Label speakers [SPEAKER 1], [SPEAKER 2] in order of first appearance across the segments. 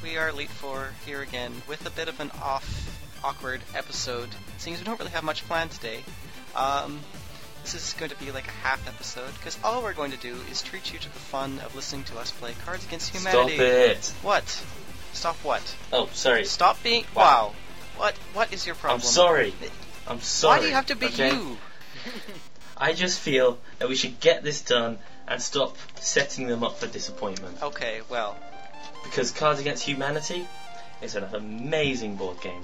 [SPEAKER 1] Fleet 4 here again with a bit of an off, awkward episode, seeing as we don't really have much planned today. Um, this is going to be like a half episode, because all we're going to do is treat you to the fun of listening to us play Cards Against Humanity.
[SPEAKER 2] Stop it!
[SPEAKER 1] What? Stop what?
[SPEAKER 2] Oh, sorry.
[SPEAKER 1] Stop being. Wow.
[SPEAKER 2] Wow.
[SPEAKER 1] What? What is your problem?
[SPEAKER 2] I'm sorry. I'm sorry.
[SPEAKER 1] Why do you have to be
[SPEAKER 2] okay?
[SPEAKER 1] you?
[SPEAKER 2] I just feel that we should get this done and stop setting them up for disappointment.
[SPEAKER 1] Okay, well,
[SPEAKER 2] Because Cards Against Humanity is an amazing board game.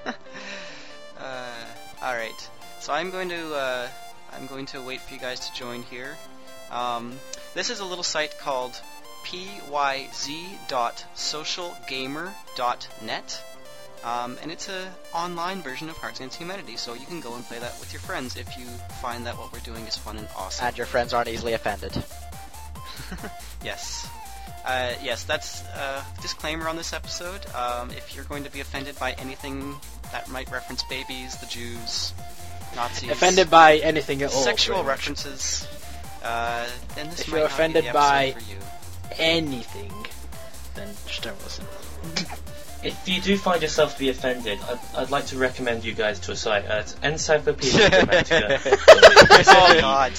[SPEAKER 1] uh, all right. So I'm going to uh, I'm going to wait for you guys to join here. Um, this is a little site called pyz.socialgamer.net, um, and it's a online version of Cards Against Humanity. So you can go and play that with your friends if you find that what we're doing is fun and awesome.
[SPEAKER 3] And your friends aren't easily offended.
[SPEAKER 1] Yes. Uh, yes, that's uh, disclaimer on this episode. Um, if you're going to be offended by anything that might reference babies, the Jews, Nazis,
[SPEAKER 4] offended by anything at all.
[SPEAKER 1] sexual
[SPEAKER 4] pretty much.
[SPEAKER 1] references, uh, then this
[SPEAKER 4] If
[SPEAKER 1] might
[SPEAKER 4] you're
[SPEAKER 1] not
[SPEAKER 4] offended
[SPEAKER 1] be the
[SPEAKER 4] by-
[SPEAKER 1] episode for you.
[SPEAKER 4] Anything. Then just don't listen.
[SPEAKER 2] If you do find yourself to be offended, I'd, I'd like to recommend you guys to a site at Encyclopedia Dramatica
[SPEAKER 1] oh God!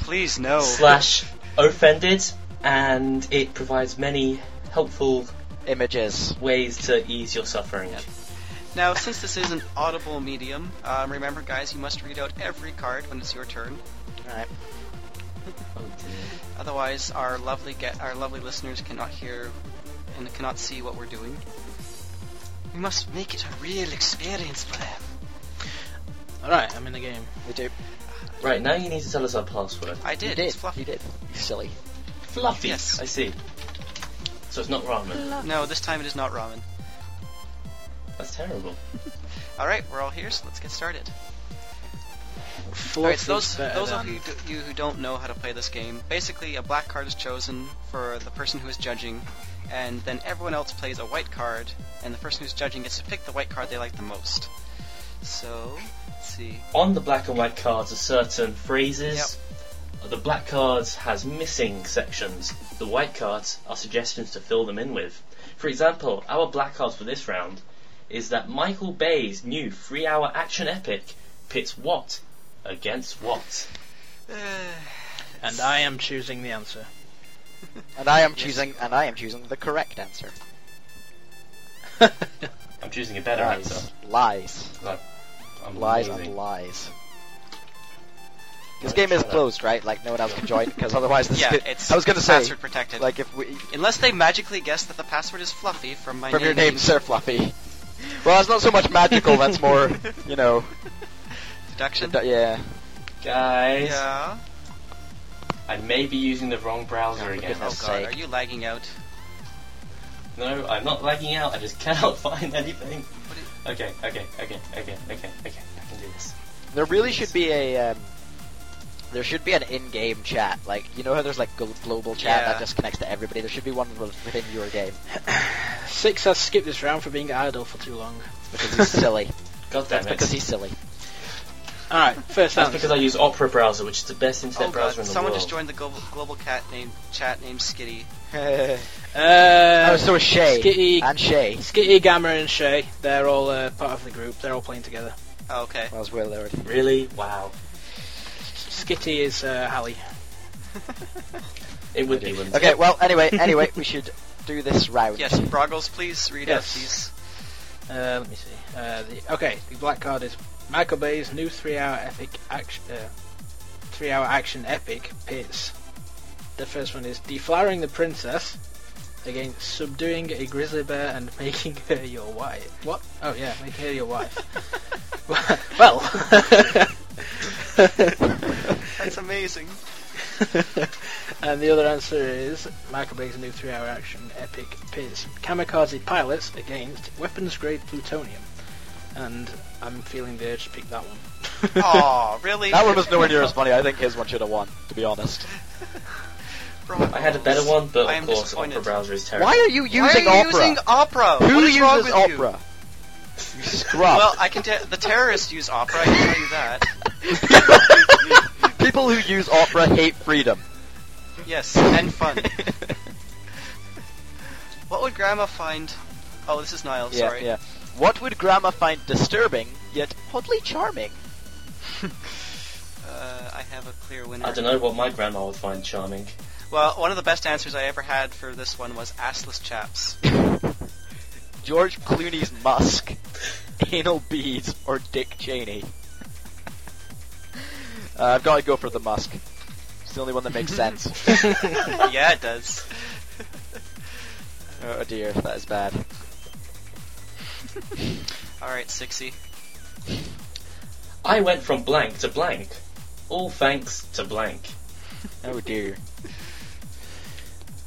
[SPEAKER 1] Please no.
[SPEAKER 2] slash offended, and it provides many helpful
[SPEAKER 3] Images.
[SPEAKER 2] ways to ease your suffering.
[SPEAKER 1] Now, since this is an audible medium, um, remember, guys, you must read out every card when it's your turn.
[SPEAKER 3] Alright.
[SPEAKER 2] Oh dear.
[SPEAKER 1] Otherwise, our lovely ge- our lovely listeners cannot hear and cannot see what we're doing. We must make it a real experience for them.
[SPEAKER 4] Alright, I'm in the game.
[SPEAKER 3] We do.
[SPEAKER 2] Right, now you need to tell us our password.
[SPEAKER 1] I did.
[SPEAKER 3] You did.
[SPEAKER 1] It's fluffy.
[SPEAKER 3] You did. You silly.
[SPEAKER 2] Fluffy.
[SPEAKER 1] Yes.
[SPEAKER 2] I see. So it's not ramen.
[SPEAKER 1] No, this time it is not ramen.
[SPEAKER 2] That's terrible.
[SPEAKER 1] All right, we're all here, so let's get started.
[SPEAKER 4] Fluff
[SPEAKER 1] All right, so
[SPEAKER 4] is
[SPEAKER 1] those
[SPEAKER 3] uh,
[SPEAKER 4] better
[SPEAKER 1] those of
[SPEAKER 3] um,
[SPEAKER 4] than-
[SPEAKER 1] you, do, you who don't know how to play this game, basically a black card is chosen for the person who is judging, and then everyone else plays a white card, and the person who's judging gets to pick the white card they like the most. So, let's see.
[SPEAKER 2] On the black and white cards are certain phrases. The black cards has missing sections. The white cards are suggestions to fill them in with. For example, our black cards for this round is that Michael Bay's new three-hour action epic pits what against what.
[SPEAKER 4] And I am choosing the answer.
[SPEAKER 3] And I am choosing. And I am choosing the correct answer.
[SPEAKER 2] I'm choosing a better
[SPEAKER 3] Lies.
[SPEAKER 2] answer.
[SPEAKER 3] Lies.
[SPEAKER 2] I'm
[SPEAKER 3] Lies
[SPEAKER 2] lazy.
[SPEAKER 3] on lies. This
[SPEAKER 2] Right,
[SPEAKER 3] game is
[SPEAKER 2] shut up.
[SPEAKER 3] closed, right? Like no one else can join because otherwise this.
[SPEAKER 1] yeah,
[SPEAKER 3] could-
[SPEAKER 1] it's
[SPEAKER 3] I was gonna say,
[SPEAKER 1] password protected.
[SPEAKER 3] like if we
[SPEAKER 1] Unless they magically guess that the password is Fluffy from my
[SPEAKER 3] from
[SPEAKER 1] name.
[SPEAKER 3] your name, Sir Fluffy. Well, that's not so much magical. That's more, you know,
[SPEAKER 1] Deduction.
[SPEAKER 3] d- yeah.
[SPEAKER 2] Guys,
[SPEAKER 1] Yeah. Oh,
[SPEAKER 2] I may be using the wrong browser
[SPEAKER 3] Oh, for
[SPEAKER 2] again.
[SPEAKER 1] Oh god,
[SPEAKER 3] goodness
[SPEAKER 1] are
[SPEAKER 3] sake.
[SPEAKER 1] you lagging out?
[SPEAKER 2] No, I'm not lagging out. I just cannot find anything. Okay, okay, okay, okay, okay, okay. I can do this.
[SPEAKER 3] There really should be a. Um, there should be an in-game chat. Like you know how there's like gl- global chat
[SPEAKER 1] Yeah.
[SPEAKER 3] that just connects to everybody. There should be one with- within your game
[SPEAKER 4] Six has skipped this round for being idle for too long.
[SPEAKER 3] because he's silly.
[SPEAKER 2] God damn
[SPEAKER 3] That's
[SPEAKER 2] it.
[SPEAKER 3] because he's silly.
[SPEAKER 4] Alright, first
[SPEAKER 2] That's
[SPEAKER 4] answer.
[SPEAKER 2] because I use Opera browser, which is the best internet
[SPEAKER 1] oh god,
[SPEAKER 2] browser in the
[SPEAKER 1] someone
[SPEAKER 2] world.
[SPEAKER 1] just joined the global, global cat named chat named Skitty.
[SPEAKER 4] Uh,
[SPEAKER 3] oh, so is Shay
[SPEAKER 4] Skitty-
[SPEAKER 3] and Shay.
[SPEAKER 4] Skitty, Gamma, and Shay, they're all uh, part of the group. They're all playing together.
[SPEAKER 1] Oh, okay.
[SPEAKER 3] Well, as well, Lord.
[SPEAKER 2] Really? Wow.
[SPEAKER 4] Skitty is uh, Hallie.
[SPEAKER 2] It would be. wouldn't it?
[SPEAKER 3] Okay. Well, anyway, anyway, we should do this round.
[SPEAKER 1] Yes, Broggles, please read
[SPEAKER 4] Yes.
[SPEAKER 1] out these.
[SPEAKER 4] Uh, let me see. Uh, the, okay, the black card is Michael Bay's new three-hour epic action. Uh, three-hour action epic pits. The first one is deflowering the princess against subduing a grizzly bear and making her your wife. What? Oh yeah, making her your wife. well,
[SPEAKER 1] That's amazing.
[SPEAKER 4] and the other answer is Michael Bay's new three-hour action epic pits kamikaze pilots against weapons-grade plutonium. And I'm feeling the urge to pick that one.
[SPEAKER 1] Aw, really?
[SPEAKER 3] That one was nowhere near as funny. I think his one should have won, to be honest.
[SPEAKER 1] Broggles.
[SPEAKER 2] I had a better one, but
[SPEAKER 1] I
[SPEAKER 2] of
[SPEAKER 1] am
[SPEAKER 2] course,
[SPEAKER 1] disappointed.
[SPEAKER 2] Opera browser is terrible.
[SPEAKER 3] Why are you
[SPEAKER 1] Why are
[SPEAKER 3] using
[SPEAKER 1] you
[SPEAKER 3] Opera?
[SPEAKER 1] using Opera?
[SPEAKER 3] Who
[SPEAKER 1] Uh, what is
[SPEAKER 3] uses
[SPEAKER 1] wrong with you?
[SPEAKER 3] Opera? You? scrub.
[SPEAKER 1] Well, I can te- the terrorists use Opera. I can tell you that.
[SPEAKER 3] People who use Opera hate freedom.
[SPEAKER 1] Yes, and fun. what would Grandma find Oh, this is Niall.
[SPEAKER 3] yeah,
[SPEAKER 1] sorry.
[SPEAKER 3] yeah. What would Grandma find disturbing yet oddly charming?
[SPEAKER 1] Uh, I have a clear winner.
[SPEAKER 2] I don't know what my grandma would find charming.
[SPEAKER 1] Well, one of the best answers I ever had for this one was assless chaps.
[SPEAKER 3] George Clooney's Musk, anal beads, or Dick Cheney? Uh, I've got to go for the Musk. It's the only one that makes sense.
[SPEAKER 1] yeah, it does.
[SPEAKER 3] Oh dear, that is bad.
[SPEAKER 1] All right, sixy.
[SPEAKER 2] I went from blank to blank. All thanks to blank.
[SPEAKER 3] Oh dear.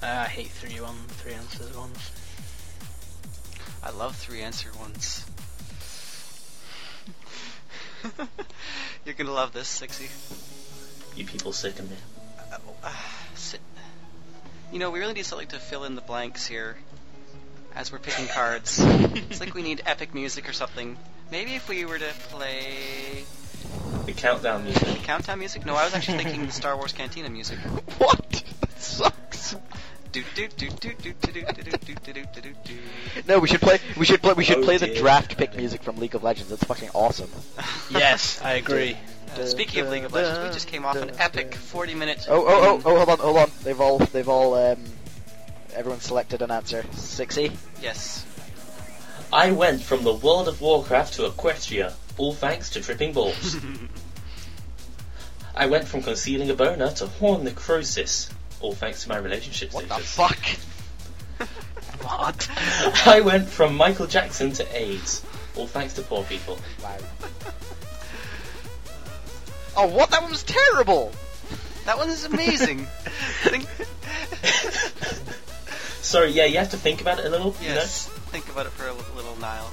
[SPEAKER 4] Ah, I hate three one three answers ones.
[SPEAKER 1] I love three answer ones. You're gonna love this, sixy.
[SPEAKER 2] You people sicken me.
[SPEAKER 1] Uh, si- You know, we really need something to fill in the blanks here as we're picking cards. it's like we need epic music or something. Maybe if we were to play
[SPEAKER 2] The countdown
[SPEAKER 1] the
[SPEAKER 2] music.
[SPEAKER 1] countdown music. No, I was actually thinking the Star Wars Cantina music.
[SPEAKER 3] What? That sucks.
[SPEAKER 1] Do do do do do do do do do do do do do.
[SPEAKER 3] No, we should play. We should play. We should
[SPEAKER 2] Oh
[SPEAKER 3] play the
[SPEAKER 2] dear.
[SPEAKER 3] draft pick music from League of Legends. It's fucking awesome.
[SPEAKER 4] Yes, I agree.
[SPEAKER 1] Uh, Speaking of League of Legends, we just came off an epic 40-minute.
[SPEAKER 3] Oh, oh, oh, oh! Hold on, hold on. They've all, they've all, um, everyone selected an answer. Sixy.
[SPEAKER 1] Yes.
[SPEAKER 2] I went from the World of Warcraft to Equestria. All thanks to tripping balls. I went from concealing a boner to horn necrosis. All thanks to my relationship
[SPEAKER 3] What the
[SPEAKER 2] status.
[SPEAKER 3] fuck?
[SPEAKER 4] What?
[SPEAKER 2] I went from Michael Jackson to AIDS. All thanks to poor people.
[SPEAKER 3] Wow. oh, what? That one was terrible.
[SPEAKER 1] That one is amazing. I think-
[SPEAKER 2] Sorry, yeah, you have to think about it a little.
[SPEAKER 1] yes. Think about it for a li- little Nile.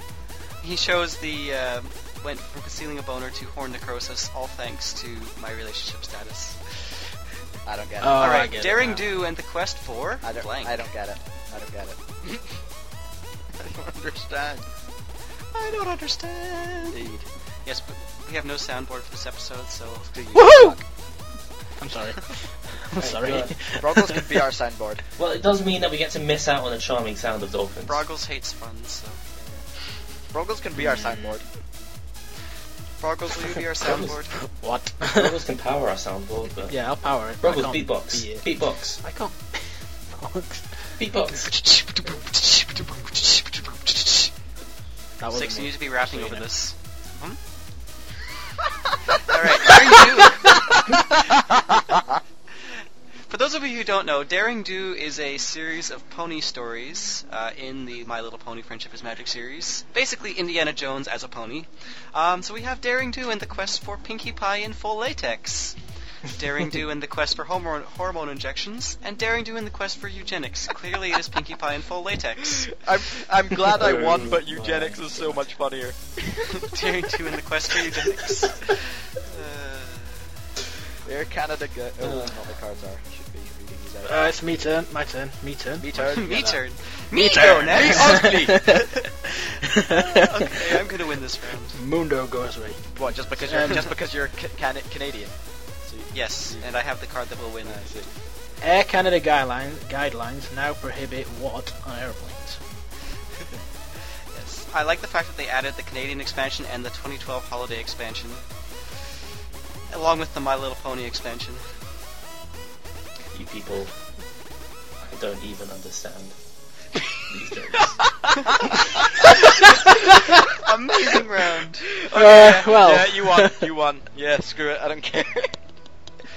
[SPEAKER 1] He shows the uh, went from concealing a boner to horn necrosis, all thanks to my relationship status.
[SPEAKER 3] I don't get it.
[SPEAKER 4] Oh,
[SPEAKER 1] all
[SPEAKER 4] I
[SPEAKER 1] right,
[SPEAKER 4] get it
[SPEAKER 1] daring
[SPEAKER 4] now.
[SPEAKER 1] do and the quest for
[SPEAKER 3] I don't.
[SPEAKER 1] blank.
[SPEAKER 3] I don't get it. I don't get it.
[SPEAKER 1] I don't understand. I don't understand.
[SPEAKER 3] Indeed.
[SPEAKER 1] Yes, but we have no soundboard for this episode, so do you?
[SPEAKER 3] Woohoo!
[SPEAKER 4] I'm sorry. I'm sorry.
[SPEAKER 2] God.
[SPEAKER 3] Broncos can be our signboard.
[SPEAKER 2] You know? Well, it does mean that we get to miss out on the charming sound of dolphins.
[SPEAKER 1] Broggles hates fun, so
[SPEAKER 3] Broncos can be our signboard.
[SPEAKER 1] Broggles, will you be our soundboard?
[SPEAKER 4] What?
[SPEAKER 2] Broggles can power our soundboard, but
[SPEAKER 4] Yeah, I'll power it.
[SPEAKER 2] Broggles
[SPEAKER 4] I can't
[SPEAKER 2] beatbox.
[SPEAKER 4] be it.
[SPEAKER 2] Beatbox.
[SPEAKER 4] I can't. Box.
[SPEAKER 2] Beatbox.
[SPEAKER 4] That was
[SPEAKER 1] Six, you
[SPEAKER 4] me.
[SPEAKER 1] need to be rapping
[SPEAKER 4] Just
[SPEAKER 1] over
[SPEAKER 4] so you know.
[SPEAKER 1] this. Hmm? All right, daring do. For those of you who don't know, Daring Do is a series of pony stories uh, in the My Little Pony Friendship is Magic series. Basically, Indiana Jones as a pony. Um, so we have Daring Do and the quest for Pinkie Pie in full latex. Daring Do and the quest for hormone, hormone injections, and Daring Do and the quest for eugenics. Clearly, it is Pinkie Pie in full latex.
[SPEAKER 3] I'm, I'm glad I
[SPEAKER 2] Oh
[SPEAKER 3] won, but
[SPEAKER 2] my.
[SPEAKER 3] eugenics is so much funnier.
[SPEAKER 1] Daring Do and the quest for eugenics. Uh,
[SPEAKER 3] Air Canada go- Oh,
[SPEAKER 2] Uh.
[SPEAKER 3] not the cards are. I should be reading these out.
[SPEAKER 4] Uh, it's me turn. My turn. Me turn.
[SPEAKER 3] me turn.
[SPEAKER 1] me
[SPEAKER 4] that.
[SPEAKER 1] turn. Me go next. okay, I'm gonna win this round.
[SPEAKER 4] Mundo goes me.
[SPEAKER 3] What? Oh, Just because you're
[SPEAKER 4] Um,
[SPEAKER 3] just because you're ca- Can- Canadian? So you-
[SPEAKER 1] Yes, and Ah, I have the card that will win.
[SPEAKER 3] I see.
[SPEAKER 4] Air Canada guidelines guidelines now prohibit what Oh, on airplanes?
[SPEAKER 1] Yes, I like the fact that they added the Canadian expansion and the 2012 holiday expansion, along with the My Little Pony expansion.
[SPEAKER 2] You people, I don't even understand these jokes.
[SPEAKER 1] Amazing round.
[SPEAKER 4] Uh, well,
[SPEAKER 3] yeah, you won. You won. Yeah, screw it. I don't care.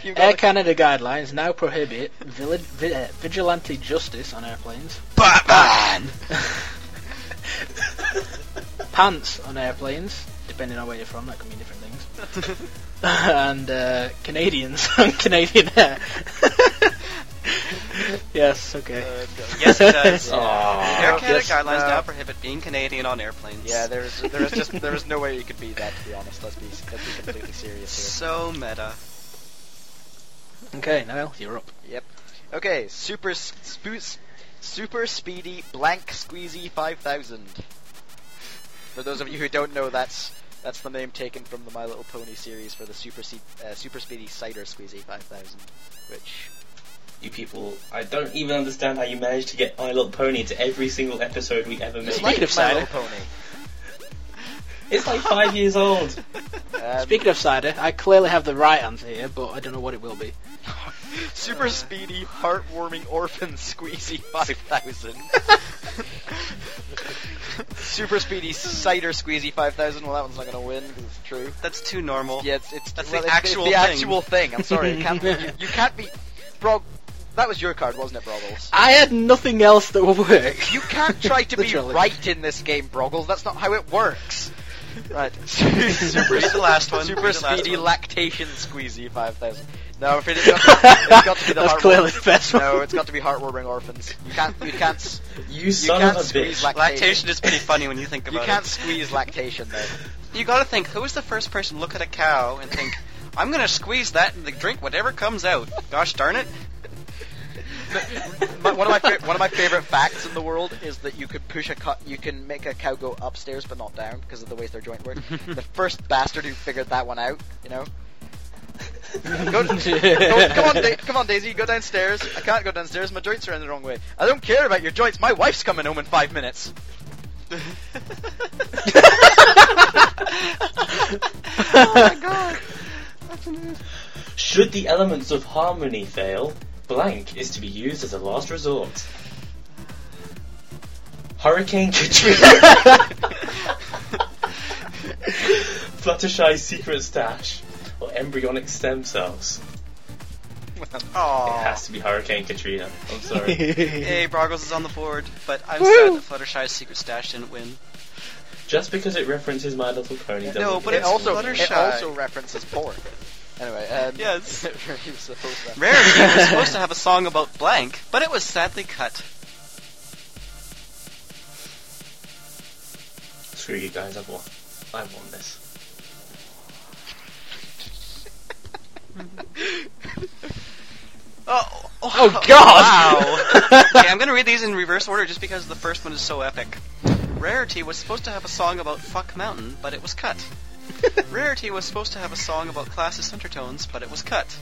[SPEAKER 3] you
[SPEAKER 4] Air
[SPEAKER 3] got
[SPEAKER 4] Canada guidelines now prohibit village, vi- uh, vigilante justice on airplanes,
[SPEAKER 3] Batman.
[SPEAKER 4] pants on airplanes, depending on where you're from, that can mean different things, and uh, Canadians on Canadian air. yes, okay.
[SPEAKER 1] Uh, Yes, it does.
[SPEAKER 2] Aw.
[SPEAKER 1] Air Canada
[SPEAKER 4] Yes, uh,
[SPEAKER 1] guidelines
[SPEAKER 3] no.
[SPEAKER 1] now prohibit being Canadian on airplanes.
[SPEAKER 3] yeah, there was there was just there was no way you could be that. To be honest, let's be let's be completely serious
[SPEAKER 1] so meta.
[SPEAKER 4] Okay, Niall, you're up.
[SPEAKER 3] here. Yep. Okay, super s- spoo- super speedy blank squeezy five thousand. For those of you who don't know, that's that's the name taken from the My Little Pony series for the super se- uh, super speedy cider squeezy five thousand, which
[SPEAKER 2] You people, I don't even understand how you managed to get My Little Pony into every single episode we ever made.
[SPEAKER 3] Speaking like
[SPEAKER 4] of
[SPEAKER 3] My
[SPEAKER 4] cider.
[SPEAKER 3] Little Pony.
[SPEAKER 2] It's like five years old.
[SPEAKER 3] Um,
[SPEAKER 4] Speaking of cider, I clearly have the right answer here, but I don't know what it will be.
[SPEAKER 3] super speedy, heartwarming orphan squeezy 5000. super speedy cider squeezy 5000. Well, that one's not gonna win because it's true.
[SPEAKER 1] That's too normal.
[SPEAKER 3] Yeah, it's, it's
[SPEAKER 1] That's
[SPEAKER 3] well,
[SPEAKER 1] the
[SPEAKER 3] it's- it's
[SPEAKER 1] actual
[SPEAKER 3] the
[SPEAKER 1] thing.
[SPEAKER 3] actual thing. I'm sorry, it can't be, you, you can't be, bro. That was your card, wasn't it, Broggles?
[SPEAKER 4] I had nothing else that would work.
[SPEAKER 3] You can't try to be
[SPEAKER 4] Literally.
[SPEAKER 3] right in this game, Broggles. That's not how it works. Right. super
[SPEAKER 1] Read the last one.
[SPEAKER 3] Super
[SPEAKER 1] read the last
[SPEAKER 3] speedy
[SPEAKER 1] one.
[SPEAKER 3] lactation squeezy 5000. No, I'm afraid it's got to, it's got to be the
[SPEAKER 4] That's
[SPEAKER 3] heartwarming-
[SPEAKER 4] clearly the best one.
[SPEAKER 3] No, it's got to be heartwarming orphans. You can't, you can't, s-
[SPEAKER 2] You son
[SPEAKER 3] can't
[SPEAKER 2] of a
[SPEAKER 3] squeeze
[SPEAKER 2] bitch.
[SPEAKER 3] like-
[SPEAKER 1] Lactation is pretty funny when you think
[SPEAKER 3] you
[SPEAKER 1] about
[SPEAKER 3] can't
[SPEAKER 1] it.
[SPEAKER 3] squeeze lactation though.
[SPEAKER 1] You gotta think, who was the first person to look at a cow and think, I'm gonna squeeze that and drink whatever comes out? Gosh darn it.
[SPEAKER 3] My, one of my fa- one of my favorite facts in the world is that you could push a co- you can make a cow go upstairs but not down because of the way their joint work. the first bastard who figured that one out, you know. Go, go- come on, da- come on, Daisy, go downstairs. I can't go downstairs. My joints are in the wrong way. I don't care about your joints. My wife's coming home in five minutes.
[SPEAKER 1] Oh
[SPEAKER 3] Oh
[SPEAKER 2] Should the elements of harmony fail, blank is to be used as a last resort. Hurricane Katrina. Fluttershy's secret stash, or embryonic stem cells. It
[SPEAKER 1] Aww.
[SPEAKER 2] has to be Hurricane Katrina. I'm sorry.
[SPEAKER 1] Hey, Broggles is on the board, but I'm sad that Fluttershy's secret stash didn't win.
[SPEAKER 2] Just because it references My Little Pony doesn't
[SPEAKER 1] No, but
[SPEAKER 2] mean
[SPEAKER 1] it
[SPEAKER 3] It
[SPEAKER 2] it's
[SPEAKER 3] also
[SPEAKER 2] wrong.
[SPEAKER 3] it
[SPEAKER 1] Fluttershy.
[SPEAKER 3] also references porn. Anyway, um,
[SPEAKER 1] Yes.
[SPEAKER 3] so, uh,
[SPEAKER 1] Rarity was supposed to have a song about blank, but it was sadly cut.
[SPEAKER 2] Screw you guys, I've won. I've won this.
[SPEAKER 1] Oh, oh,
[SPEAKER 4] Oh, God!
[SPEAKER 1] Wow. okay, I'm gonna read these in reverse order just because the first one is so epic. Rarity was supposed to have a song about Fuck Mountain, but it was cut. Rarity was supposed to have a song about classist undertones, but it was cut.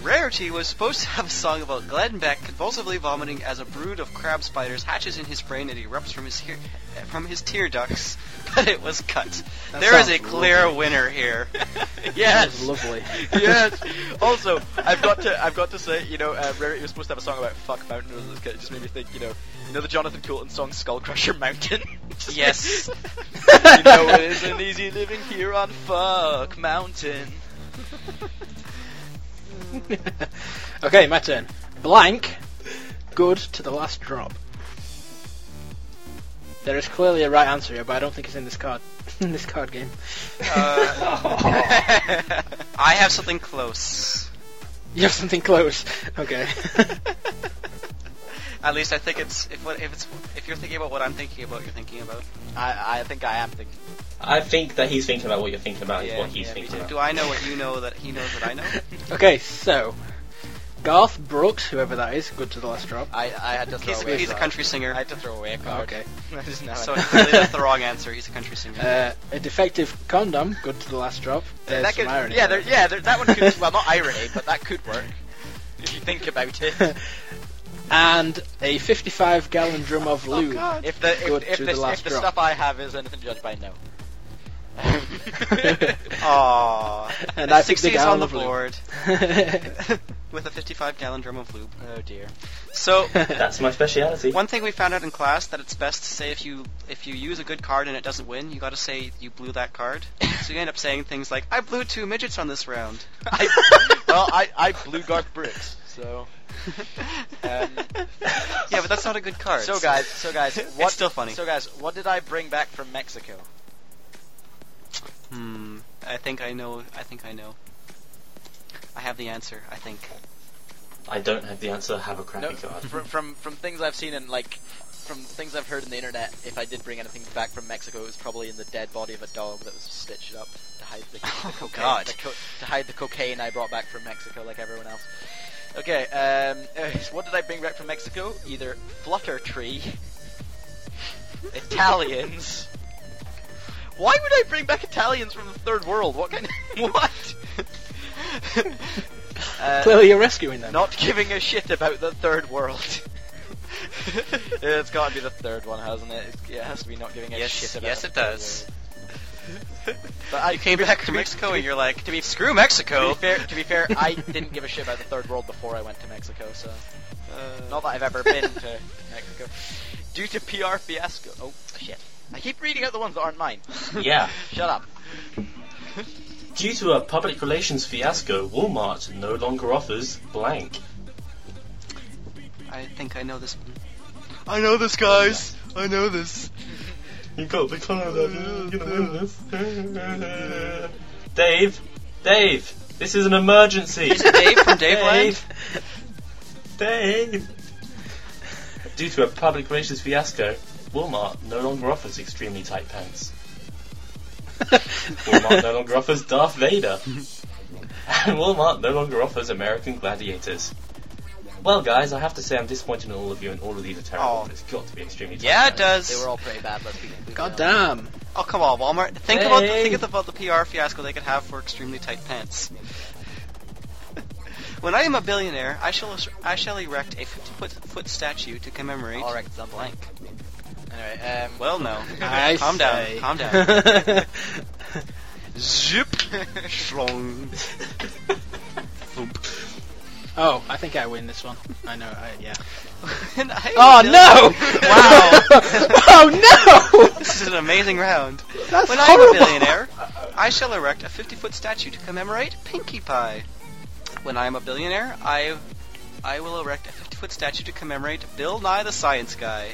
[SPEAKER 1] Rarity was supposed to have a song about Glenn Beck convulsively vomiting as a brood of crab spiders hatches in his brain and erupts from his, hear- from his tear ducts, but it was cut.
[SPEAKER 4] That
[SPEAKER 1] there is a
[SPEAKER 4] sounds
[SPEAKER 1] clear
[SPEAKER 4] lovely.
[SPEAKER 1] winner here.
[SPEAKER 4] Yes, lovely.
[SPEAKER 3] yes. Also, I've got to I've got to say, you know, uh, Rarity was supposed to have a song about fuck mountain roses. 'cause It just made me think, you know, you know the Jonathan Coulton song Skull Crusher Mountain. Just-
[SPEAKER 1] Yes.
[SPEAKER 3] you know it isn't easy living here on fuck mountain.
[SPEAKER 4] okay, my turn. Blank, good to the last drop. There is clearly a right answer here, but I don't think it's in this card. in this card game.
[SPEAKER 1] Uh, I have something close.
[SPEAKER 4] You have something close. Okay.
[SPEAKER 1] At least I think it's if what if it's if you're thinking about what I'm thinking about, you're thinking about.
[SPEAKER 3] I I think I am thinking.
[SPEAKER 2] I think that he's thinking about what you're thinking about, is
[SPEAKER 3] Yeah,
[SPEAKER 2] what he's
[SPEAKER 3] yeah, me
[SPEAKER 2] thinking about.
[SPEAKER 1] Do I know what you know that he knows that I know?
[SPEAKER 4] okay, so Garth Brooks, whoever that is, good to the last drop.
[SPEAKER 3] I I had to throw
[SPEAKER 1] He's,
[SPEAKER 3] away.
[SPEAKER 1] he's a
[SPEAKER 3] card.
[SPEAKER 1] country singer,
[SPEAKER 3] I had to throw away a card.
[SPEAKER 4] Okay.
[SPEAKER 3] I just know
[SPEAKER 1] so
[SPEAKER 3] it.
[SPEAKER 1] clearly that's the wrong answer. He's a country singer.
[SPEAKER 4] Uh, a defective condom, good to the last drop. There's
[SPEAKER 3] that could,
[SPEAKER 4] some irony.
[SPEAKER 3] yeah, there, yeah, there, that one could well not irony, but that could work if you think about it.
[SPEAKER 4] and a 55 gallon drum of lube.
[SPEAKER 3] Oh, If the
[SPEAKER 4] Good
[SPEAKER 3] if, if,
[SPEAKER 4] to
[SPEAKER 3] the,
[SPEAKER 4] the last
[SPEAKER 3] if the
[SPEAKER 4] drop.
[SPEAKER 3] stuff I have is anything judged by no. Uh,
[SPEAKER 1] Aww.
[SPEAKER 4] And I picked
[SPEAKER 1] 60
[SPEAKER 4] the
[SPEAKER 1] is on
[SPEAKER 4] gallon
[SPEAKER 1] the
[SPEAKER 4] of lube.
[SPEAKER 1] board with a 55 gallon drum of lube.
[SPEAKER 3] oh dear.
[SPEAKER 1] So
[SPEAKER 2] That's my speciality.
[SPEAKER 1] one thing we found out in class that it's best to say if you if you use a good card and it doesn't win, you got to say you blew that card. So you end up saying things like I blew two midgets on this round.
[SPEAKER 3] I, well, I, I blew Garth Brooks, so. Um,
[SPEAKER 1] Yeah, but that's not a good card.
[SPEAKER 3] so guys, so guys, what,
[SPEAKER 1] It's still funny.
[SPEAKER 3] So guys, what did I bring back from Mexico?
[SPEAKER 1] Hmm. I think I know. I think I know. I have the answer. I think.
[SPEAKER 2] I don't have the answer. Have a crappy card.
[SPEAKER 3] from, from from things I've seen and like from things I've heard on the internet, if I did bring anything back from Mexico, it was probably in the dead body of a dog that was stitched up to hide the, the
[SPEAKER 1] Oh,
[SPEAKER 3] cocaine,
[SPEAKER 1] God.
[SPEAKER 3] the co- to hide the cocaine I brought back from Mexico, like everyone else. Okay, um, uh, what did I bring back from Mexico? Either flutter tree, Italians. Why would I bring back Italians from the third world? What kind? Of, what? Uh,
[SPEAKER 4] Clearly, you're rescuing them.
[SPEAKER 3] Not giving a shit about the third world. it's got to be the third one, hasn't it? It- It has to be not giving a
[SPEAKER 1] Yes,
[SPEAKER 3] shit about.
[SPEAKER 1] yes,
[SPEAKER 3] the
[SPEAKER 1] it
[SPEAKER 3] third
[SPEAKER 1] does.
[SPEAKER 3] world. but I,
[SPEAKER 1] you came
[SPEAKER 3] to be-
[SPEAKER 1] back
[SPEAKER 3] to
[SPEAKER 1] to
[SPEAKER 3] be-
[SPEAKER 1] Mexico
[SPEAKER 3] to be-
[SPEAKER 1] and you're like,
[SPEAKER 3] to be-
[SPEAKER 1] screw
[SPEAKER 3] To
[SPEAKER 1] Mexico.
[SPEAKER 3] be fair, to be fair, I didn't give a shit about the third world before I went to Mexico, so
[SPEAKER 1] Uh,
[SPEAKER 3] not that I've ever been to Mexico. Due to PR fiasco. Oh shit! I keep reading out the ones that aren't mine.
[SPEAKER 2] Yeah.
[SPEAKER 3] Shut up.
[SPEAKER 2] Due to a public relations fiasco, Walmart no longer offers blank.
[SPEAKER 1] I think I know this. one. I know this, guys. I know this.
[SPEAKER 2] You got the clown of Dave, Dave, this is an emergency.
[SPEAKER 1] Is it Dave from Dave Land?
[SPEAKER 2] Dave. Dave. Due to a public relations fiasco, Walmart no longer offers extremely tight pants. Walmart no longer offers Darth Vader. And Walmart no longer offers American Gladiators. Well, guys, I have to say I'm disappointed in all of you, and all of these are terrible.
[SPEAKER 1] Oh.
[SPEAKER 2] but It's got to be extremely tight.
[SPEAKER 1] Yeah, it does.
[SPEAKER 2] pants.
[SPEAKER 3] They were all pretty bad. Let's be completely
[SPEAKER 4] God
[SPEAKER 3] honest.
[SPEAKER 4] damn.
[SPEAKER 1] Oh come on, Walmart. Think about the, think
[SPEAKER 2] Hey.
[SPEAKER 1] about the PR fiasco they could have for extremely tight pants. when I am a billionaire, I shall I shall erect a 50 foot foot statue to commemorate.
[SPEAKER 3] All right, it's on blank. Anyway, um,
[SPEAKER 1] Well, no.
[SPEAKER 4] I
[SPEAKER 1] calm
[SPEAKER 4] say.
[SPEAKER 1] down. Calm down.
[SPEAKER 3] zip.
[SPEAKER 1] Shrong.
[SPEAKER 4] Oh, I think I win this one. I know. I, yeah.
[SPEAKER 1] And I am
[SPEAKER 4] Oh
[SPEAKER 1] a bill-
[SPEAKER 4] no!
[SPEAKER 1] Wow.
[SPEAKER 4] oh no!
[SPEAKER 1] This is an amazing round.
[SPEAKER 4] That's
[SPEAKER 1] when I
[SPEAKER 4] horrible.
[SPEAKER 1] am a billionaire, I shall erect a 50 foot statue to commemorate Pinkie Pie. When I am a billionaire, I I will erect a 50 foot statue to commemorate Bill Nye the Science Guy.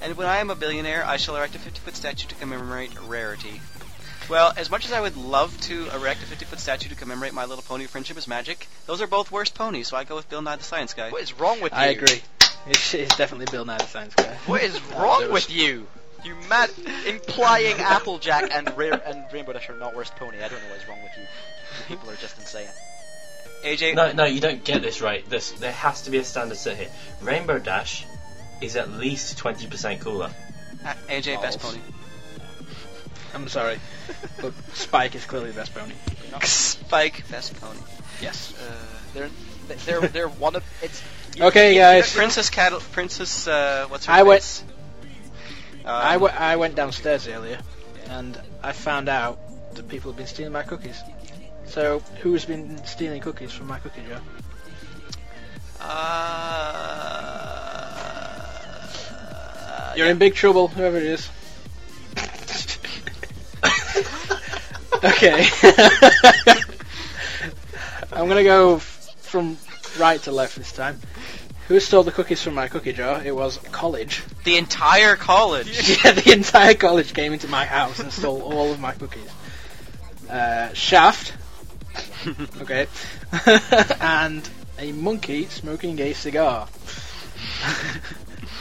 [SPEAKER 1] And when I am a billionaire, I shall erect a 50 foot statue to commemorate Rarity. Well, as much as I would love to erect a 50 foot statue to commemorate My Little Pony Friendship is Magic, those are both worst ponies, so I go with Bill Nye the Science Guy.
[SPEAKER 3] What is wrong with you?
[SPEAKER 4] I agree. It's, it's definitely Bill Nye the Science Guy.
[SPEAKER 3] What is wrong with you? You mad? Implying Applejack and Ra- and Rainbow Dash are not worst pony. I don't know what's wrong with you. You People are just insane.
[SPEAKER 1] AJ,
[SPEAKER 2] No, no, you don't get this right. This there has to be a standard set here. Rainbow Dash is at least twenty percent cooler.
[SPEAKER 1] uh, AJ best
[SPEAKER 4] Balls.
[SPEAKER 1] pony.
[SPEAKER 4] I'm sorry, but Spike is clearly the best pony.
[SPEAKER 1] Spike, best pony.
[SPEAKER 4] Yes.
[SPEAKER 1] Uh,
[SPEAKER 3] They're they're they're one of it's.
[SPEAKER 4] Okay, guys.
[SPEAKER 1] Princess Cattle, Princess, uh, what's her
[SPEAKER 4] I went-
[SPEAKER 1] face? Um,
[SPEAKER 4] I, w- I went downstairs earlier, and I found out that people have been stealing my cookies. So who's been stealing cookies from my cookie jar?
[SPEAKER 1] Uh,
[SPEAKER 4] You're in big trouble, whoever it is. okay. I'm gonna go f- from right to left this time. Who stole the cookies from my cookie jar? It was college.
[SPEAKER 1] the entire college.
[SPEAKER 4] yeah, the entire college came into my house and stole all of my cookies. Uh, shaft. Okay. and a monkey smoking a cigar.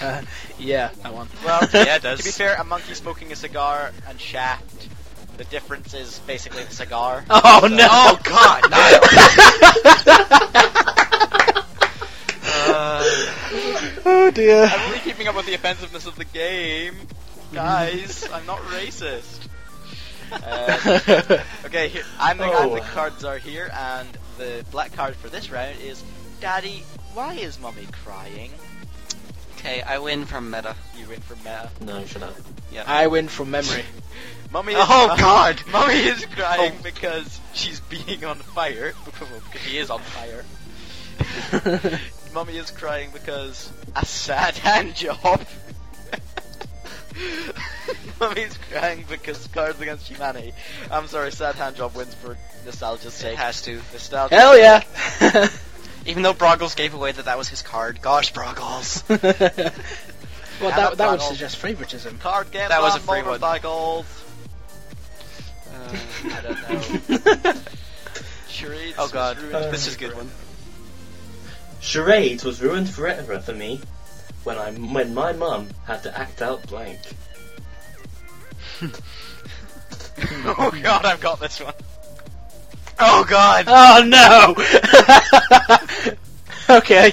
[SPEAKER 4] uh, yeah, that one.
[SPEAKER 3] Well,
[SPEAKER 1] Yeah, it does.
[SPEAKER 3] to be fair, a monkey smoking a cigar and Shaft. The difference is basically the cigar.
[SPEAKER 4] Oh no!
[SPEAKER 1] oh God, Niall. uh,
[SPEAKER 4] Oh dear.
[SPEAKER 3] I'm only keeping up with the offensiveness of the game, guys. I'm not racist. Uh, Okay, here, I'm the, I'm the
[SPEAKER 2] Oh.
[SPEAKER 3] cards are here, and the black card for this round is Daddy, why is Mummy crying?
[SPEAKER 1] okay, I win from meta.
[SPEAKER 3] You win for meta.
[SPEAKER 2] No, shut up.
[SPEAKER 4] I win from memory.
[SPEAKER 3] Mummy is
[SPEAKER 1] Oh, God. Oh.
[SPEAKER 3] Mummy is crying because she's being on fire. because he is on fire. Mummy is crying because a sad hand job. Mummy's crying because Cards Against Humanity. I'm sorry, sad hand job wins for nostalgia's
[SPEAKER 1] It
[SPEAKER 3] sake.
[SPEAKER 1] has to,
[SPEAKER 3] Nostalgia.
[SPEAKER 4] Hell yeah!
[SPEAKER 1] even though Broggles gave away that that was his card. Gosh, Broggles.
[SPEAKER 4] well, that, that would
[SPEAKER 3] Donald.
[SPEAKER 4] suggest favoritism.
[SPEAKER 3] Card game
[SPEAKER 1] That was
[SPEAKER 3] on
[SPEAKER 1] a free one.
[SPEAKER 3] motorcycles.
[SPEAKER 1] Uh,
[SPEAKER 3] I don't know. Charades
[SPEAKER 1] oh
[SPEAKER 3] was
[SPEAKER 1] God,
[SPEAKER 3] ruined
[SPEAKER 2] Uh,
[SPEAKER 1] this
[SPEAKER 3] for
[SPEAKER 1] is a good one.
[SPEAKER 2] Charades was ruined forever for me when I when my mum had to act out blank.
[SPEAKER 3] oh god, I've got this one.
[SPEAKER 1] Oh God.
[SPEAKER 4] Oh no! okay.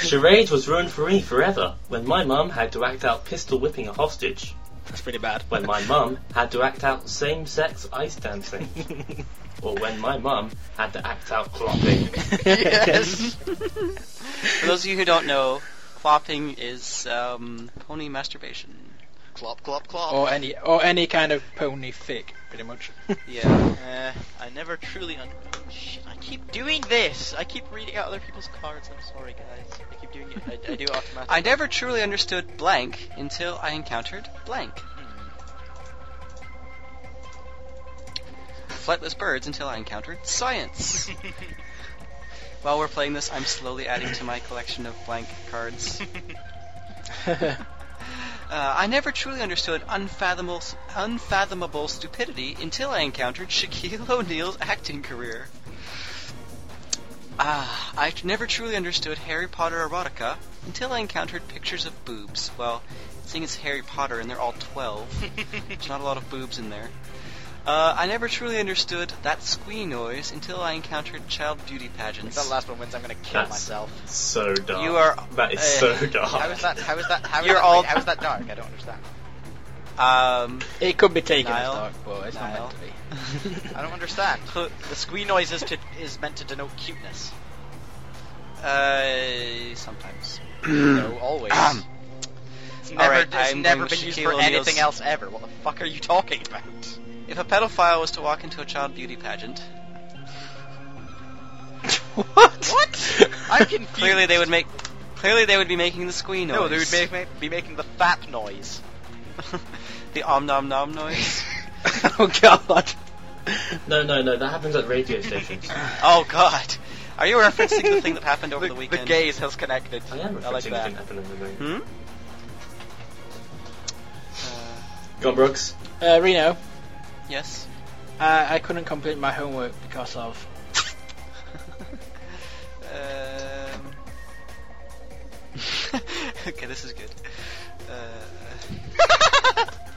[SPEAKER 2] Charades was ruined for me forever when my mum had to act out pistol whipping a hostage.
[SPEAKER 4] That's pretty bad.
[SPEAKER 2] When my mum had to act out same sex ice dancing. or when my mum had to act out clopping.
[SPEAKER 3] yes.
[SPEAKER 1] For those of you who don't know, flopping is um, pony masturbation.
[SPEAKER 3] clop, clop, clop.
[SPEAKER 4] or any or any kind of pony thick, pretty much.
[SPEAKER 5] Yeah. Uh, I never truly un- Shit, I keep doing this. I keep reading out other people's cards. I'm sorry, guys. I keep doing it. I, I do it automatically.
[SPEAKER 1] I never truly understood blank until I encountered blank.
[SPEAKER 5] Hmm.
[SPEAKER 1] Flightless birds until I encountered science. While we're playing this, I'm slowly adding to my collection of blank cards. Uh, I never truly understood unfathomable, unfathomable stupidity until I encountered Shaquille O'Neal's acting career. Ah, I never truly understood Harry Potter erotica until I encountered pictures of boobs. Well, seeing it's Harry Potter and they're all 12, there's not a lot of boobs in there. Uh, I never truly understood that squee noise until I encountered child beauty
[SPEAKER 3] If
[SPEAKER 1] pageants.
[SPEAKER 3] that last one wins, I'm gonna kill
[SPEAKER 2] That's
[SPEAKER 3] myself.
[SPEAKER 2] so dark.
[SPEAKER 1] You are-
[SPEAKER 2] That is
[SPEAKER 1] uh,
[SPEAKER 2] so dark.
[SPEAKER 3] Eh, How is that? How is that? How is
[SPEAKER 1] You're
[SPEAKER 3] that,
[SPEAKER 1] all-
[SPEAKER 3] wait, how is that dark? I don't understand.
[SPEAKER 1] um,
[SPEAKER 4] it could be taken
[SPEAKER 1] Niall.
[SPEAKER 4] as dark, but it's
[SPEAKER 1] Niall.
[SPEAKER 4] not meant to be.
[SPEAKER 3] I don't understand.
[SPEAKER 5] So, the squee noise is, to, is meant to denote cuteness.
[SPEAKER 1] uh, sometimes.
[SPEAKER 3] no, always.
[SPEAKER 5] It's
[SPEAKER 1] All
[SPEAKER 5] never,
[SPEAKER 1] right,
[SPEAKER 5] it's
[SPEAKER 1] I'm
[SPEAKER 5] never
[SPEAKER 1] going
[SPEAKER 5] been
[SPEAKER 1] with
[SPEAKER 5] used
[SPEAKER 1] Shaquille
[SPEAKER 5] for
[SPEAKER 1] O'Neal's-
[SPEAKER 5] anything else ever. What the fuck are you talking about?
[SPEAKER 1] If a pedophile was to walk into a child beauty pageant,
[SPEAKER 4] what?
[SPEAKER 3] I'm confused.
[SPEAKER 1] clearly they would make, clearly they would be making the squee noise.
[SPEAKER 3] No, they would make.
[SPEAKER 5] Be making the fap noise.
[SPEAKER 1] the om nom nom noise.
[SPEAKER 4] oh God.
[SPEAKER 2] No, no, no. That happens at radio stations. I
[SPEAKER 1] oh God, are you referencing the thing that happened over the, weekend?
[SPEAKER 3] gaze has connected.
[SPEAKER 2] am
[SPEAKER 3] I like
[SPEAKER 2] reflecting
[SPEAKER 3] that.
[SPEAKER 2] thing happening at the moment.
[SPEAKER 1] Hmm.
[SPEAKER 2] Go on, Brooks.
[SPEAKER 4] Uh, Reno,
[SPEAKER 1] Yes.
[SPEAKER 4] uh, I couldn't complete my homework because of
[SPEAKER 1] Um... okay, this is good. Uh...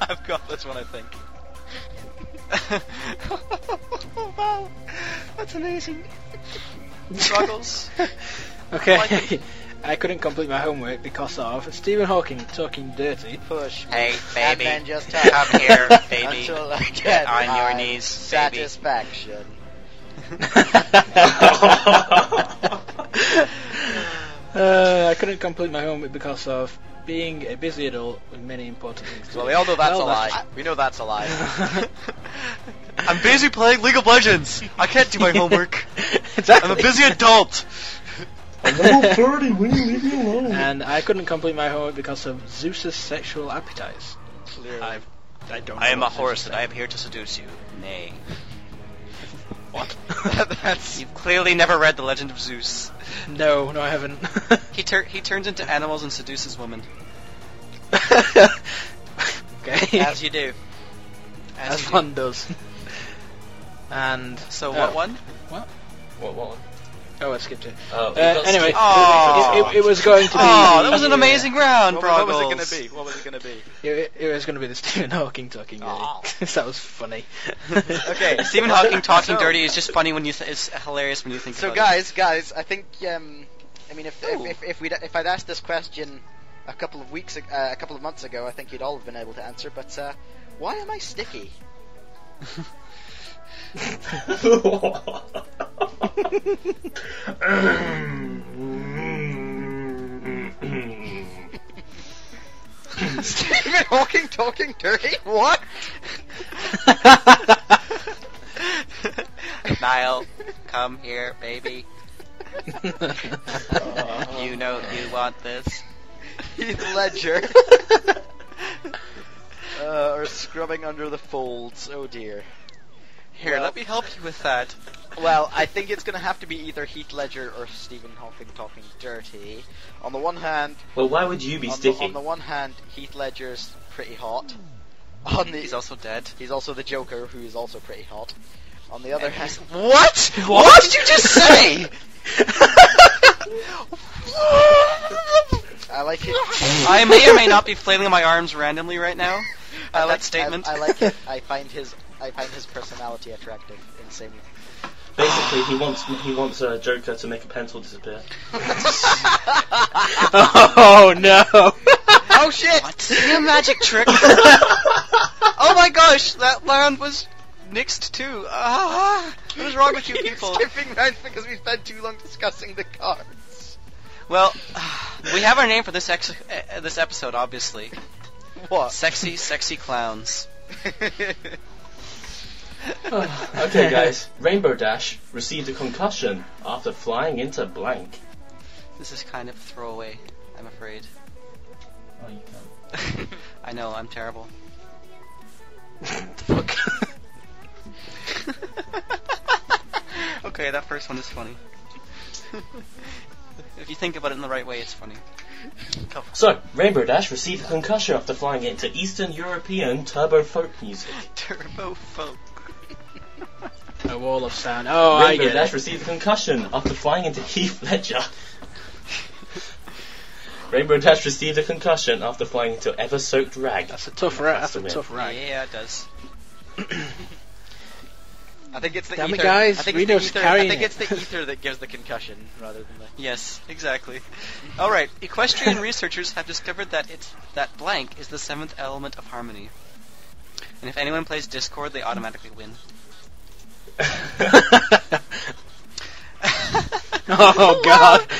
[SPEAKER 5] I've got this one, I think.
[SPEAKER 1] wow, that's amazing. Struggles.
[SPEAKER 4] Okay. I couldn't complete my homework because of Stephen Hawking talking dirty.
[SPEAKER 3] Push. me,
[SPEAKER 1] Hey,
[SPEAKER 3] and
[SPEAKER 1] baby.
[SPEAKER 3] then just
[SPEAKER 1] Come here, baby.
[SPEAKER 3] Until I get,
[SPEAKER 1] on your
[SPEAKER 3] my
[SPEAKER 1] knees, baby.
[SPEAKER 3] satisfaction.
[SPEAKER 4] Uh, I couldn't complete my homework because of being a busy adult with many important things. to
[SPEAKER 3] Well,
[SPEAKER 4] do.
[SPEAKER 3] we all know that's
[SPEAKER 4] Well,
[SPEAKER 3] a lie. We know that's a lie.
[SPEAKER 1] I'm busy playing League of Legends. I can't do my homework.
[SPEAKER 4] exactly.
[SPEAKER 1] I'm a busy adult.
[SPEAKER 2] Birdie, will you leave me alone?
[SPEAKER 4] and I couldn't complete my homework because of Zeus's sexual appetites. Clearly. I, I don't.
[SPEAKER 1] I
[SPEAKER 4] know
[SPEAKER 1] am a
[SPEAKER 4] what Zeus
[SPEAKER 1] horse, and
[SPEAKER 4] is.
[SPEAKER 1] I am here to seduce you. Nay. What?
[SPEAKER 3] that's
[SPEAKER 1] You've clearly never read The Legend of Zeus.
[SPEAKER 4] No, no, I haven't.
[SPEAKER 1] He tur- he turns into animals and seduces women.
[SPEAKER 4] okay.
[SPEAKER 3] as you do.
[SPEAKER 1] As
[SPEAKER 4] As
[SPEAKER 1] you do.
[SPEAKER 4] one does. And
[SPEAKER 1] So
[SPEAKER 4] Oh.
[SPEAKER 1] what one?
[SPEAKER 2] What, what?
[SPEAKER 4] Oh, I skipped it.
[SPEAKER 2] Oh,
[SPEAKER 4] Uh, anyway,
[SPEAKER 1] Aw.
[SPEAKER 4] it, it- it was going to be.
[SPEAKER 1] Oh, that was an amazing round,
[SPEAKER 3] What,
[SPEAKER 1] Broggles.
[SPEAKER 3] what was it gonna be? What was it gonna be?
[SPEAKER 4] It, it was going to be the Stephen Hawking talking. Really.
[SPEAKER 3] Aw.
[SPEAKER 4] that was funny.
[SPEAKER 3] Okay,
[SPEAKER 1] Oh. Stephen Hawking talking
[SPEAKER 3] So-
[SPEAKER 1] dirty is just funny when you th- it's hilarious when you think
[SPEAKER 3] So
[SPEAKER 1] about
[SPEAKER 3] guys, guys, I think um, I mean if
[SPEAKER 1] Ooh.
[SPEAKER 3] if if, if, we'd, if I'd asked this question a couple of weeks ag- uh, a couple of months ago, I think you'd all have been able to answer. But uh, why am I sticky? Stephen Hawking talking dirty? What?
[SPEAKER 1] it. Niall, come here, baby. You know you want this.
[SPEAKER 3] Heath Ledger. uh, or scrubbing under the folds. Oh dear.
[SPEAKER 1] Here,
[SPEAKER 3] Well-
[SPEAKER 1] let me help you with that.
[SPEAKER 3] Well, I think it's going to have to be either Heath Ledger or Stephen Hawking talking dirty. On the one hand,
[SPEAKER 2] well, why would you be
[SPEAKER 3] on the,
[SPEAKER 2] sticky?
[SPEAKER 3] on the one hand, Heath Ledger's pretty hot. On the
[SPEAKER 1] He's also dead.
[SPEAKER 3] He's also the Joker, who is also pretty hot. On the other hand,
[SPEAKER 1] What? What did you just say?
[SPEAKER 3] I like it.
[SPEAKER 1] I may or may not be flailing my arms randomly right now.
[SPEAKER 3] I
[SPEAKER 1] Uh,
[SPEAKER 3] like
[SPEAKER 1] that statement.
[SPEAKER 3] I, I like it. I find his. I find his personality attractive in the same.
[SPEAKER 2] Basically, he wants he wants a Joker to make a pencil disappear.
[SPEAKER 4] oh no!
[SPEAKER 3] Oh shit!
[SPEAKER 1] What? Is it a magic trick? oh my gosh, that round was nixed too. Ah, what is wrong with you
[SPEAKER 3] Keep
[SPEAKER 1] people?
[SPEAKER 3] Skipping rounds because we spent too long discussing the cards.
[SPEAKER 1] Well, we have our name for this ex- uh, this episode, obviously.
[SPEAKER 3] What?
[SPEAKER 1] Sexy, sexy clowns.
[SPEAKER 2] okay, guys. Rainbow Dash received a concussion after flying into blank.
[SPEAKER 1] This is kind of a throwaway, I'm afraid.
[SPEAKER 2] Oh, you can't.
[SPEAKER 1] I know, I'm terrible. okay, that first one is funny. if you think about it in the right way, it's funny.
[SPEAKER 2] So, Rainbow Dash received a concussion after flying into Eastern European turbo folk music.
[SPEAKER 1] Turbo folk.
[SPEAKER 4] A wall of sound. Oh, I
[SPEAKER 2] Rainbow
[SPEAKER 4] get
[SPEAKER 2] Dash
[SPEAKER 4] it.
[SPEAKER 2] received a concussion after flying into Heath Ledger. Rainbow Dash received a concussion after flying into ever soaked rag.
[SPEAKER 4] That's a tough ra- That's a
[SPEAKER 2] That's the
[SPEAKER 4] tough rag.
[SPEAKER 1] Yeah, it does.
[SPEAKER 3] I think it's the
[SPEAKER 4] Damn it,
[SPEAKER 3] ether.
[SPEAKER 4] guys,
[SPEAKER 3] I think
[SPEAKER 4] Reno's
[SPEAKER 3] it's the ether. I
[SPEAKER 4] carrying
[SPEAKER 3] think
[SPEAKER 4] it.
[SPEAKER 3] it's the ether that gives the concussion rather than the.
[SPEAKER 1] Yes, exactly. All right, equestrian researchers have discovered that it's that blank is the seventh element of harmony. And if anyone plays Discord, they automatically win.
[SPEAKER 4] oh God.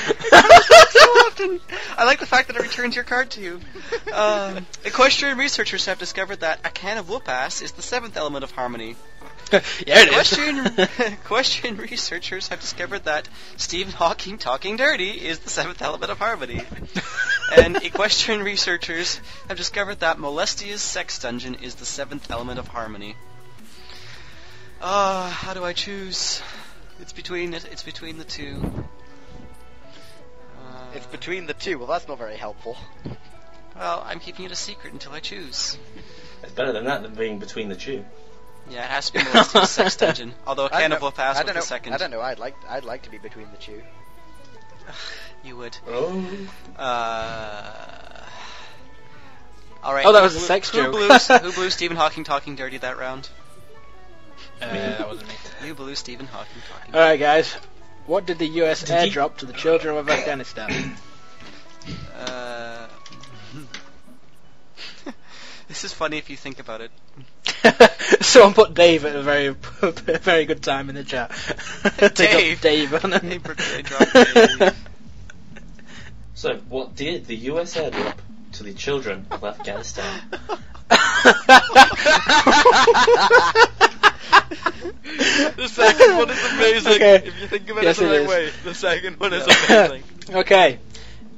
[SPEAKER 1] I like the fact that it returns your card to you. Um, equestrian researchers have discovered that a can of whoop ass is the seventh element of harmony.
[SPEAKER 4] yeah, it is.
[SPEAKER 1] Equestrian, equestrian researchers have discovered that Stephen Hawking talking dirty is the seventh element of harmony. and equestrian researchers have discovered that Molestia's sex dungeon is the seventh element of harmony. Ah, how do I choose? It's between it, it's between the two. Uh,
[SPEAKER 3] It's between the two. Well, that's not very helpful.
[SPEAKER 1] Well, I'm keeping it a secret until I choose.
[SPEAKER 2] It's better than that than being between the two.
[SPEAKER 1] Yeah, it has to be Molestia's sex dungeon. Although a
[SPEAKER 3] I
[SPEAKER 1] can
[SPEAKER 3] don't
[SPEAKER 1] of
[SPEAKER 3] know-
[SPEAKER 1] whoop ass was
[SPEAKER 3] I don't
[SPEAKER 1] the
[SPEAKER 3] know.
[SPEAKER 1] second.
[SPEAKER 3] I don't know. I'd like. I'd like to be between the two.
[SPEAKER 1] You would.
[SPEAKER 2] Oh.
[SPEAKER 1] Uh, all right.
[SPEAKER 4] Oh, that was a
[SPEAKER 1] who-
[SPEAKER 4] sex
[SPEAKER 1] who
[SPEAKER 4] joke.
[SPEAKER 1] Blew, who blew Stephen Hawking talking dirty that round?
[SPEAKER 4] Uh, that wasn't me.
[SPEAKER 1] You blew Stephen Hawking
[SPEAKER 3] Uh,
[SPEAKER 1] talking.
[SPEAKER 4] All right, guys. What did the U.S.
[SPEAKER 2] Did you-
[SPEAKER 4] airdrop to the children of Afghanistan?
[SPEAKER 1] Uh, this is funny if you think about it.
[SPEAKER 4] Someone put Dave at a very, very good time in the chat. They got
[SPEAKER 1] Dave.
[SPEAKER 4] Dave on
[SPEAKER 1] They put- they dropped
[SPEAKER 4] it.
[SPEAKER 1] Dave.
[SPEAKER 2] So, what did the US airdrop to the children of Afghanistan?
[SPEAKER 5] The second one is amazing.
[SPEAKER 4] Okay.
[SPEAKER 5] If you think of it
[SPEAKER 4] Yes,
[SPEAKER 5] in the
[SPEAKER 4] it
[SPEAKER 5] right
[SPEAKER 4] is.
[SPEAKER 5] way, the second one is
[SPEAKER 4] Yeah.
[SPEAKER 5] amazing.
[SPEAKER 4] okay,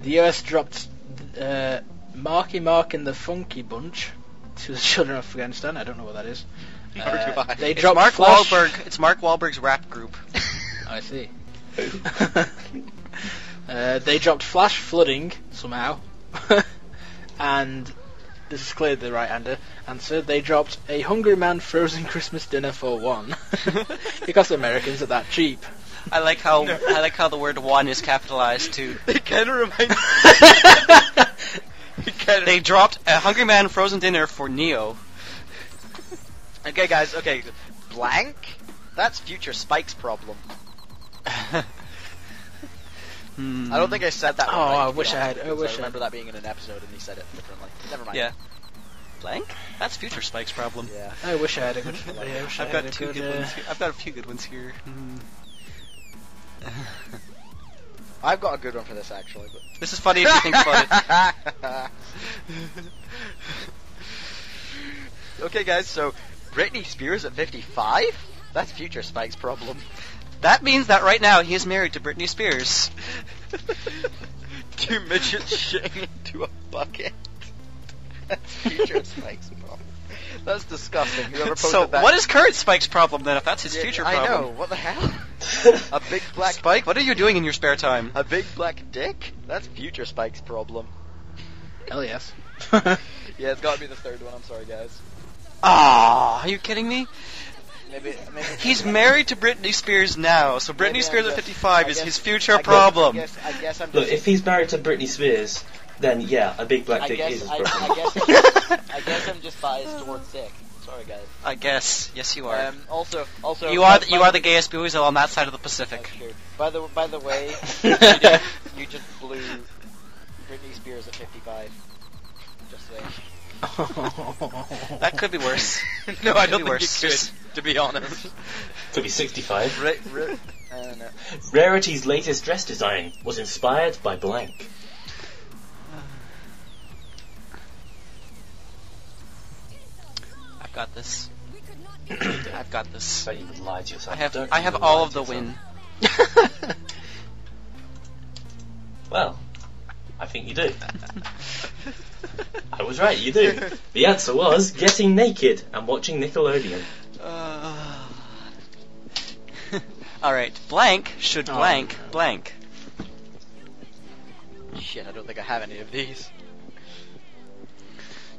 [SPEAKER 4] the US dropped uh, Marky Mark and the Funky Bunch to the children of Afghanistan. I don't know what that is. Uh,
[SPEAKER 3] do I.
[SPEAKER 4] They
[SPEAKER 1] It's
[SPEAKER 4] dropped
[SPEAKER 1] Mark
[SPEAKER 4] Flash-
[SPEAKER 1] Wahlberg. It's Mark Wahlberg's rap group.
[SPEAKER 4] I see. uh, they dropped flash flooding somehow, and this is clearly the right hander answer. They dropped a hungry man frozen Christmas dinner for one because Americans are that cheap.
[SPEAKER 1] I like how I like how the word one is capitalized too.
[SPEAKER 5] It kind of reminds me.
[SPEAKER 1] They dropped a Hungry Man frozen dinner for Neo.
[SPEAKER 3] Okay, guys. Okay, blank. That's future Spike's problem.
[SPEAKER 1] Hmm.
[SPEAKER 3] I don't think I said that. one
[SPEAKER 4] Oh,
[SPEAKER 3] right,
[SPEAKER 4] I
[SPEAKER 3] to be
[SPEAKER 4] wish I
[SPEAKER 3] honest,
[SPEAKER 4] had- I
[SPEAKER 3] because
[SPEAKER 4] wish I-
[SPEAKER 3] remember that being in an episode, and he said it differently. Never mind.
[SPEAKER 1] Yeah. Blank? That's future Spike's problem.
[SPEAKER 3] Yeah.
[SPEAKER 4] I wish I had a good. I wish I
[SPEAKER 1] I've got
[SPEAKER 4] had a
[SPEAKER 1] two
[SPEAKER 4] good.
[SPEAKER 1] good
[SPEAKER 4] uh,
[SPEAKER 1] ones. Here. I've got a few good ones here. Hmm.
[SPEAKER 3] I've got a good one for this actually. But...
[SPEAKER 1] This is funny if you think about it.
[SPEAKER 3] okay, guys. So Britney Spears at 55. That's future Spike's problem.
[SPEAKER 1] That means that right now he is married to Britney Spears.
[SPEAKER 3] Two midgets shitting into a bucket. That's future Spike's problem. That's disgusting. Whoever posted
[SPEAKER 1] so
[SPEAKER 3] that.
[SPEAKER 1] what is current Spike's problem then? If that's his
[SPEAKER 3] Yeah,
[SPEAKER 1] future
[SPEAKER 3] I
[SPEAKER 1] problem.
[SPEAKER 3] know. What the hell? a big black
[SPEAKER 1] Spike, what are you doing in your spare time?
[SPEAKER 3] A big black dick? That's future Spike's problem.
[SPEAKER 4] Hell yes.
[SPEAKER 3] Yeah, it's gotta be the third one. I'm sorry, guys.
[SPEAKER 1] Ah, are you kidding me?
[SPEAKER 3] Maybe, maybe
[SPEAKER 1] He's married to Britney Spears now, so Britney
[SPEAKER 3] Maybe I'm
[SPEAKER 1] Spears at
[SPEAKER 3] just-
[SPEAKER 1] 55
[SPEAKER 3] I
[SPEAKER 1] is
[SPEAKER 3] guess-
[SPEAKER 1] his
[SPEAKER 3] I
[SPEAKER 1] future
[SPEAKER 3] guess-
[SPEAKER 1] problem.
[SPEAKER 3] I guess, I guess I'm
[SPEAKER 2] Look,
[SPEAKER 3] just.
[SPEAKER 2] if he's married to Britney Spears, then yeah, a big black
[SPEAKER 3] I
[SPEAKER 2] dick is
[SPEAKER 3] guess,
[SPEAKER 2] his
[SPEAKER 3] I,
[SPEAKER 2] problem.
[SPEAKER 3] I, guess I'm, I guess I'm just biased towards dick. Sorry, guys.
[SPEAKER 1] I guess. Yes, you are.
[SPEAKER 3] Um, also, also
[SPEAKER 1] you are the,
[SPEAKER 3] by-
[SPEAKER 1] you
[SPEAKER 3] by
[SPEAKER 1] are the gayest boozle on that side of the Pacific.
[SPEAKER 3] That's true. By the by the way, you, just, you just blew Britney Spears at 55. Just saying.
[SPEAKER 4] uh,
[SPEAKER 1] That could be worse.
[SPEAKER 5] No,
[SPEAKER 1] That
[SPEAKER 5] I don't
[SPEAKER 1] could be
[SPEAKER 5] think
[SPEAKER 1] worse.
[SPEAKER 5] you could.
[SPEAKER 1] Just,
[SPEAKER 5] to be honest.
[SPEAKER 2] Could be 65.
[SPEAKER 3] Ra- ra- I don't know.
[SPEAKER 2] Rarity's latest dress design was inspired by blank.
[SPEAKER 1] I've got this. I've got this.
[SPEAKER 2] So you would lie to yourself.
[SPEAKER 1] I have.
[SPEAKER 2] Don't
[SPEAKER 1] I
[SPEAKER 2] you
[SPEAKER 1] have
[SPEAKER 2] lie
[SPEAKER 1] all
[SPEAKER 2] to
[SPEAKER 1] of the
[SPEAKER 2] yourself.
[SPEAKER 1] win.
[SPEAKER 2] Well, I think you do. I was right, you do. The answer was getting naked and watching Nickelodeon.
[SPEAKER 1] Uh, all right. Blank should
[SPEAKER 3] Oh,
[SPEAKER 1] blank blank.
[SPEAKER 3] Shit, I don't think I have any of these.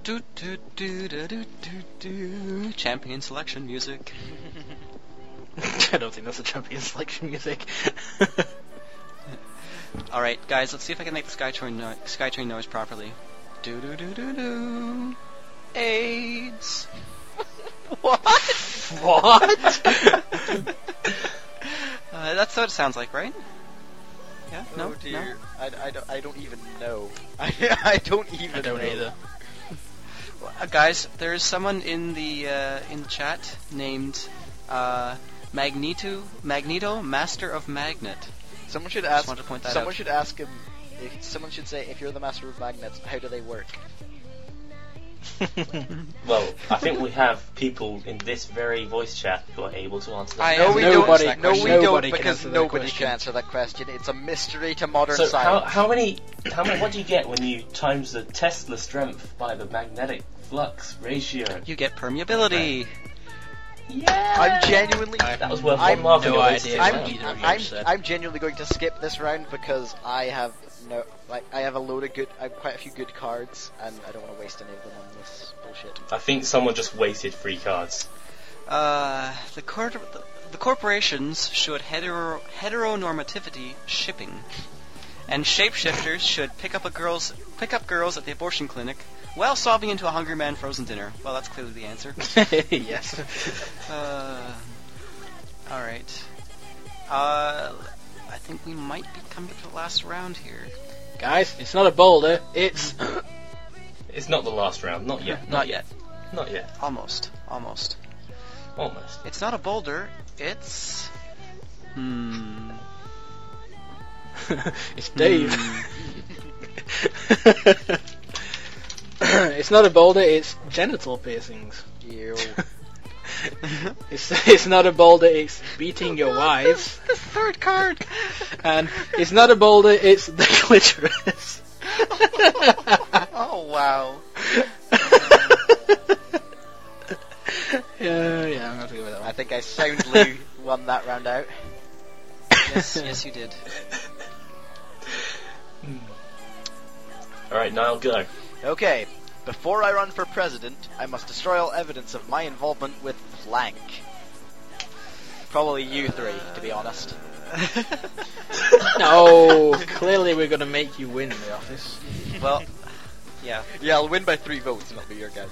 [SPEAKER 1] Do do do do do do do. Champion selection music.
[SPEAKER 4] I don't think that's the champion selection music.
[SPEAKER 1] All right, guys. Let's see if I can make the Skytrain no- Skytrain noise properly. Do do do do do. AIDS.
[SPEAKER 4] what?
[SPEAKER 1] Uh, that's what it sounds like, right? Yeah. no.
[SPEAKER 3] oh
[SPEAKER 1] No.
[SPEAKER 3] dear. I, I, don't, I don't even know. I, I don't even
[SPEAKER 4] I don't
[SPEAKER 3] know.
[SPEAKER 4] either.
[SPEAKER 1] Well, uh, guys, there is someone in the uh, in the chat named uh, Magneto Magneto Master of Magnet.
[SPEAKER 3] Someone should
[SPEAKER 1] Just
[SPEAKER 3] ask.
[SPEAKER 1] wanted to point that
[SPEAKER 3] someone
[SPEAKER 1] out.
[SPEAKER 3] should ask him. If, someone should say, if you're the master of magnets, how do they work?
[SPEAKER 2] well, I think we have people in this very voice chat who are able to answer that.
[SPEAKER 1] I
[SPEAKER 3] no,
[SPEAKER 1] have
[SPEAKER 3] we
[SPEAKER 1] no
[SPEAKER 4] nobody-
[SPEAKER 3] don't.
[SPEAKER 4] that
[SPEAKER 3] No, we
[SPEAKER 4] question.
[SPEAKER 3] don't,
[SPEAKER 4] Nobody can
[SPEAKER 3] because
[SPEAKER 4] answer that
[SPEAKER 3] nobody
[SPEAKER 4] question.
[SPEAKER 3] can answer that question. It's a mystery to modern
[SPEAKER 2] so how,
[SPEAKER 3] science.
[SPEAKER 2] how many how many what do you get when you times the Tesla strength by the magnetic flux ratio?
[SPEAKER 1] You get permeability.
[SPEAKER 2] Yeah,
[SPEAKER 3] I'm genuinely.
[SPEAKER 2] that was worth
[SPEAKER 3] I'm-
[SPEAKER 2] one mark. on
[SPEAKER 4] no
[SPEAKER 2] your voice
[SPEAKER 4] idea
[SPEAKER 2] chat.
[SPEAKER 4] what
[SPEAKER 3] I'm,
[SPEAKER 4] either of you
[SPEAKER 3] I'm,
[SPEAKER 4] said.
[SPEAKER 3] I'm genuinely going to skip this round because I have no, like, I have a load of good, I have quite a few good cards, and I don't want to waste any of them on this bullshit.
[SPEAKER 2] I think someone just wasted three cards.
[SPEAKER 1] Uh, the, cor- the, the corporations should hetero- heteronormativity shipping, and shapeshifters should pick up a girls pick up girls at the abortion clinic while sobbing into a hungry man frozen dinner. Well, that's clearly the answer.
[SPEAKER 4] yes.
[SPEAKER 1] Uh, all right. Uh, I think we might be coming to the last round here.
[SPEAKER 4] Guys, it's not a boulder, it's.
[SPEAKER 2] It's not the last round, not yet,
[SPEAKER 1] Not yet.
[SPEAKER 2] not yet,
[SPEAKER 1] Almost. Almost.
[SPEAKER 2] almost.
[SPEAKER 1] It's not a boulder. It's. Hmm.
[SPEAKER 4] it's Dave. it's not a boulder, it's genital piercings.
[SPEAKER 3] You.
[SPEAKER 4] It's, it's not a boulder, it's beating your wives.
[SPEAKER 1] The third card.
[SPEAKER 4] And it's not a boulder, it's the clitoris.
[SPEAKER 3] oh wow.
[SPEAKER 4] yeah, yeah, I'm happy with that
[SPEAKER 3] I
[SPEAKER 4] one.
[SPEAKER 3] think I soundly won that round out.
[SPEAKER 1] yes, yes, you did.
[SPEAKER 2] All right, Niall, go.
[SPEAKER 3] Okay. Before I run for president, I must destroy all evidence of my involvement with Flank. Probably you three, to be honest.
[SPEAKER 4] No, clearly we're gonna make you win the office.
[SPEAKER 1] Well, yeah.
[SPEAKER 3] Yeah, I'll win by three votes, and it'll be your guys'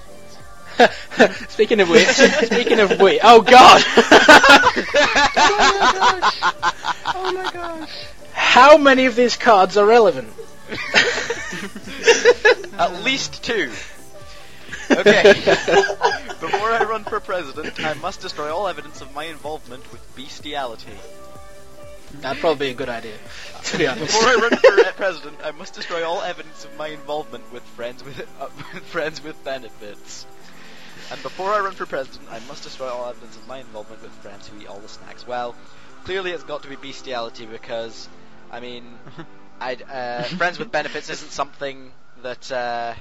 [SPEAKER 3] votes.
[SPEAKER 4] speaking of which, speaking of which, oh god!
[SPEAKER 1] Oh my gosh.
[SPEAKER 4] How many of these cards are relevant?
[SPEAKER 3] At least two. Okay. Before I run for president, I must destroy all evidence of my involvement with bestiality.
[SPEAKER 4] That'd probably be a good idea, to be honest.
[SPEAKER 3] Before I run for president, I must destroy all evidence of my involvement with friends with, uh, with friends with benefits. And before I run for president, I must destroy all evidence of my involvement with friends who eat all the snacks. Well, clearly it's got to be bestiality because, I mean, I'd, uh, friends with benefits isn't something that uh,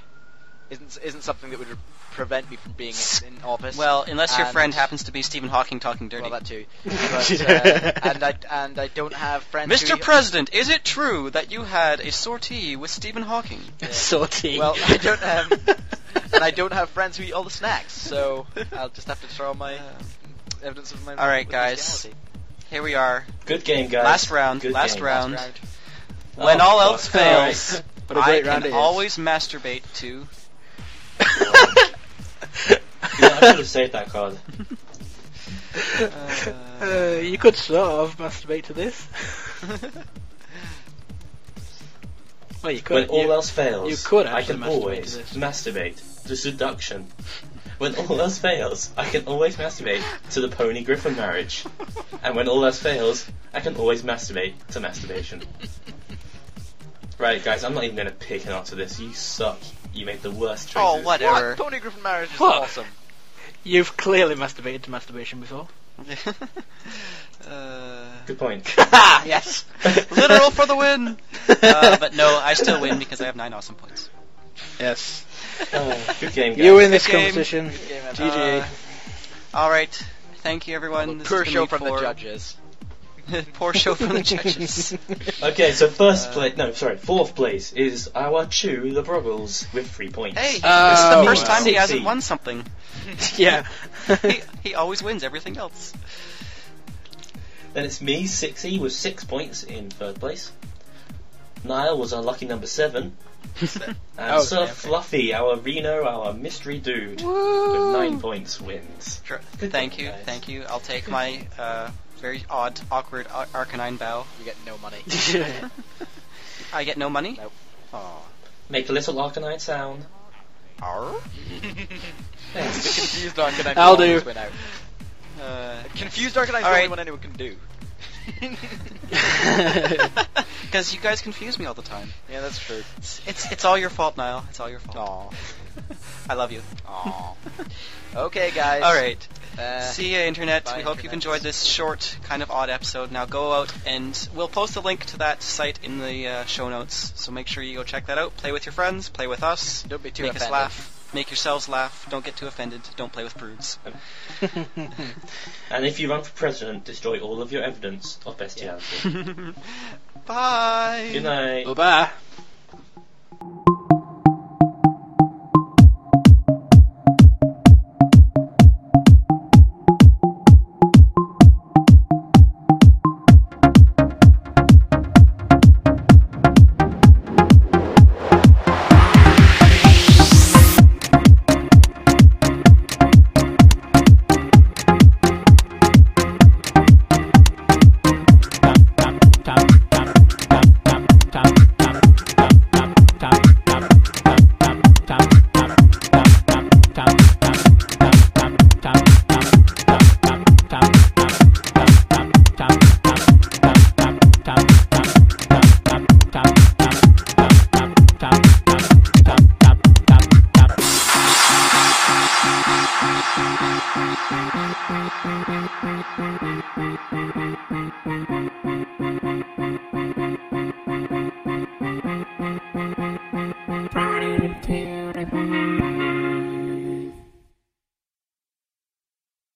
[SPEAKER 3] isn't isn't something that would prevent me from being in office.
[SPEAKER 1] Well, unless your
[SPEAKER 3] And-
[SPEAKER 1] friend happens to be Stephen Hawking talking dirty.
[SPEAKER 3] well, that too. But, uh, and I and I don't have friends. who
[SPEAKER 1] Mr.
[SPEAKER 3] eat-
[SPEAKER 1] President, is it true that you had a sortie with Stephen Hawking?
[SPEAKER 4] Sorting.
[SPEAKER 3] Well, I don't have, and I don't have friends who eat all the snacks, so I'll just have to throw my evidence of my.
[SPEAKER 1] All right,
[SPEAKER 3] with
[SPEAKER 1] guys. Uh,
[SPEAKER 3] bestiality.
[SPEAKER 1] Here we are.
[SPEAKER 2] Good game, guys.
[SPEAKER 1] Last round,
[SPEAKER 2] Good
[SPEAKER 1] last
[SPEAKER 2] game.
[SPEAKER 1] round.
[SPEAKER 3] Last round.
[SPEAKER 1] When
[SPEAKER 2] Oh,
[SPEAKER 1] all
[SPEAKER 2] fuck.
[SPEAKER 1] else fails,
[SPEAKER 4] What a great
[SPEAKER 1] I
[SPEAKER 4] round
[SPEAKER 1] can
[SPEAKER 4] it is.
[SPEAKER 1] always masturbate to.
[SPEAKER 2] Yeah, I should have saved that card.
[SPEAKER 4] Uh, you could sort of masturbate to this. well, you could.
[SPEAKER 2] when all
[SPEAKER 4] you,
[SPEAKER 2] else fails,
[SPEAKER 4] you could
[SPEAKER 2] I
[SPEAKER 4] actually
[SPEAKER 2] can
[SPEAKER 4] masturbate
[SPEAKER 2] always
[SPEAKER 4] to this.
[SPEAKER 2] masturbate to seduction. When all else fails, I can always masturbate to the pony griffin marriage. And when all else fails, I can always masturbate to masturbation. Right, guys, I'm not even going to pick an answer to this. You suck. You made the worst
[SPEAKER 1] Oh,
[SPEAKER 2] choices.
[SPEAKER 1] whatever.
[SPEAKER 5] What? Pony Griffin marriage is
[SPEAKER 4] Fuck.
[SPEAKER 5] awesome.
[SPEAKER 4] You've clearly masturbated to masturbation before.
[SPEAKER 1] uh,
[SPEAKER 2] Good point.
[SPEAKER 1] yes. Literal for the win. Uh, but no, I still win because I have nine awesome points.
[SPEAKER 4] Yes.
[SPEAKER 2] Oh, good game, guys.
[SPEAKER 4] You win this
[SPEAKER 1] Good game.
[SPEAKER 4] competition. GG.
[SPEAKER 1] Uh, all right. Thank you, everyone. This has
[SPEAKER 3] Poor
[SPEAKER 1] been
[SPEAKER 3] show
[SPEAKER 1] League
[SPEAKER 3] from the
[SPEAKER 1] Four.
[SPEAKER 3] judges.
[SPEAKER 1] Poor show from the judges.
[SPEAKER 2] Okay, so first
[SPEAKER 1] Uh,
[SPEAKER 2] place, no, sorry, fourth place is our Chew the Broggles with three points.
[SPEAKER 1] Hey,
[SPEAKER 3] Um,
[SPEAKER 1] this is
[SPEAKER 4] Oh,
[SPEAKER 1] the first
[SPEAKER 4] wow.
[SPEAKER 1] time he hasn't
[SPEAKER 2] Sixty.
[SPEAKER 1] won something.
[SPEAKER 4] yeah.
[SPEAKER 1] He, he always wins everything else.
[SPEAKER 2] Then it's me, 6E, with six points in third place. Niall was our lucky number seven. And
[SPEAKER 4] Oh,
[SPEAKER 2] Sir
[SPEAKER 4] okay, okay.
[SPEAKER 2] Fluffy, our Reno, our mystery dude, with nine points wins.
[SPEAKER 1] Sure.
[SPEAKER 2] Good
[SPEAKER 1] Thank
[SPEAKER 2] job,
[SPEAKER 1] you,
[SPEAKER 2] guys.
[SPEAKER 1] thank you. I'll take my uh, very odd, awkward Ar- Arcanine bow.
[SPEAKER 3] You get no money.
[SPEAKER 1] I get no money.
[SPEAKER 3] Nope.
[SPEAKER 1] Aw.
[SPEAKER 2] Make a little Arcanine sound.
[SPEAKER 1] Arr?
[SPEAKER 2] Thanks.
[SPEAKER 3] Confused Arcanine.
[SPEAKER 4] I'll
[SPEAKER 3] will
[SPEAKER 4] do.
[SPEAKER 3] Win out.
[SPEAKER 1] Uh,
[SPEAKER 3] Confused Arcanine is the
[SPEAKER 1] All
[SPEAKER 3] only
[SPEAKER 1] right.
[SPEAKER 3] one anyone can do.
[SPEAKER 1] Because you guys confuse me all the time.
[SPEAKER 3] Yeah, that's true.
[SPEAKER 1] It's, it's it's all your fault, Niall. It's all your fault.
[SPEAKER 3] Aw.
[SPEAKER 1] I love you.
[SPEAKER 3] Aw. Okay, guys.
[SPEAKER 1] All right.
[SPEAKER 3] Uh,
[SPEAKER 1] See ya, Internet.
[SPEAKER 3] Bye,
[SPEAKER 1] we hope you've
[SPEAKER 3] Internet.
[SPEAKER 1] enjoyed this short, kind of odd episode. Now go out and we'll post a link to that site in the uh, show notes. So make sure you go check that out. Play with your friends. Play with us.
[SPEAKER 3] Don't be too
[SPEAKER 1] Make us
[SPEAKER 3] offended.
[SPEAKER 1] laugh. Make yourselves laugh. Don't get too offended. Don't play with broods.
[SPEAKER 2] and if you run for president, destroy all of your evidence of bestiality.
[SPEAKER 1] Bye.
[SPEAKER 2] Good night.
[SPEAKER 4] Bye bye.
[SPEAKER 6] Friday the beautiful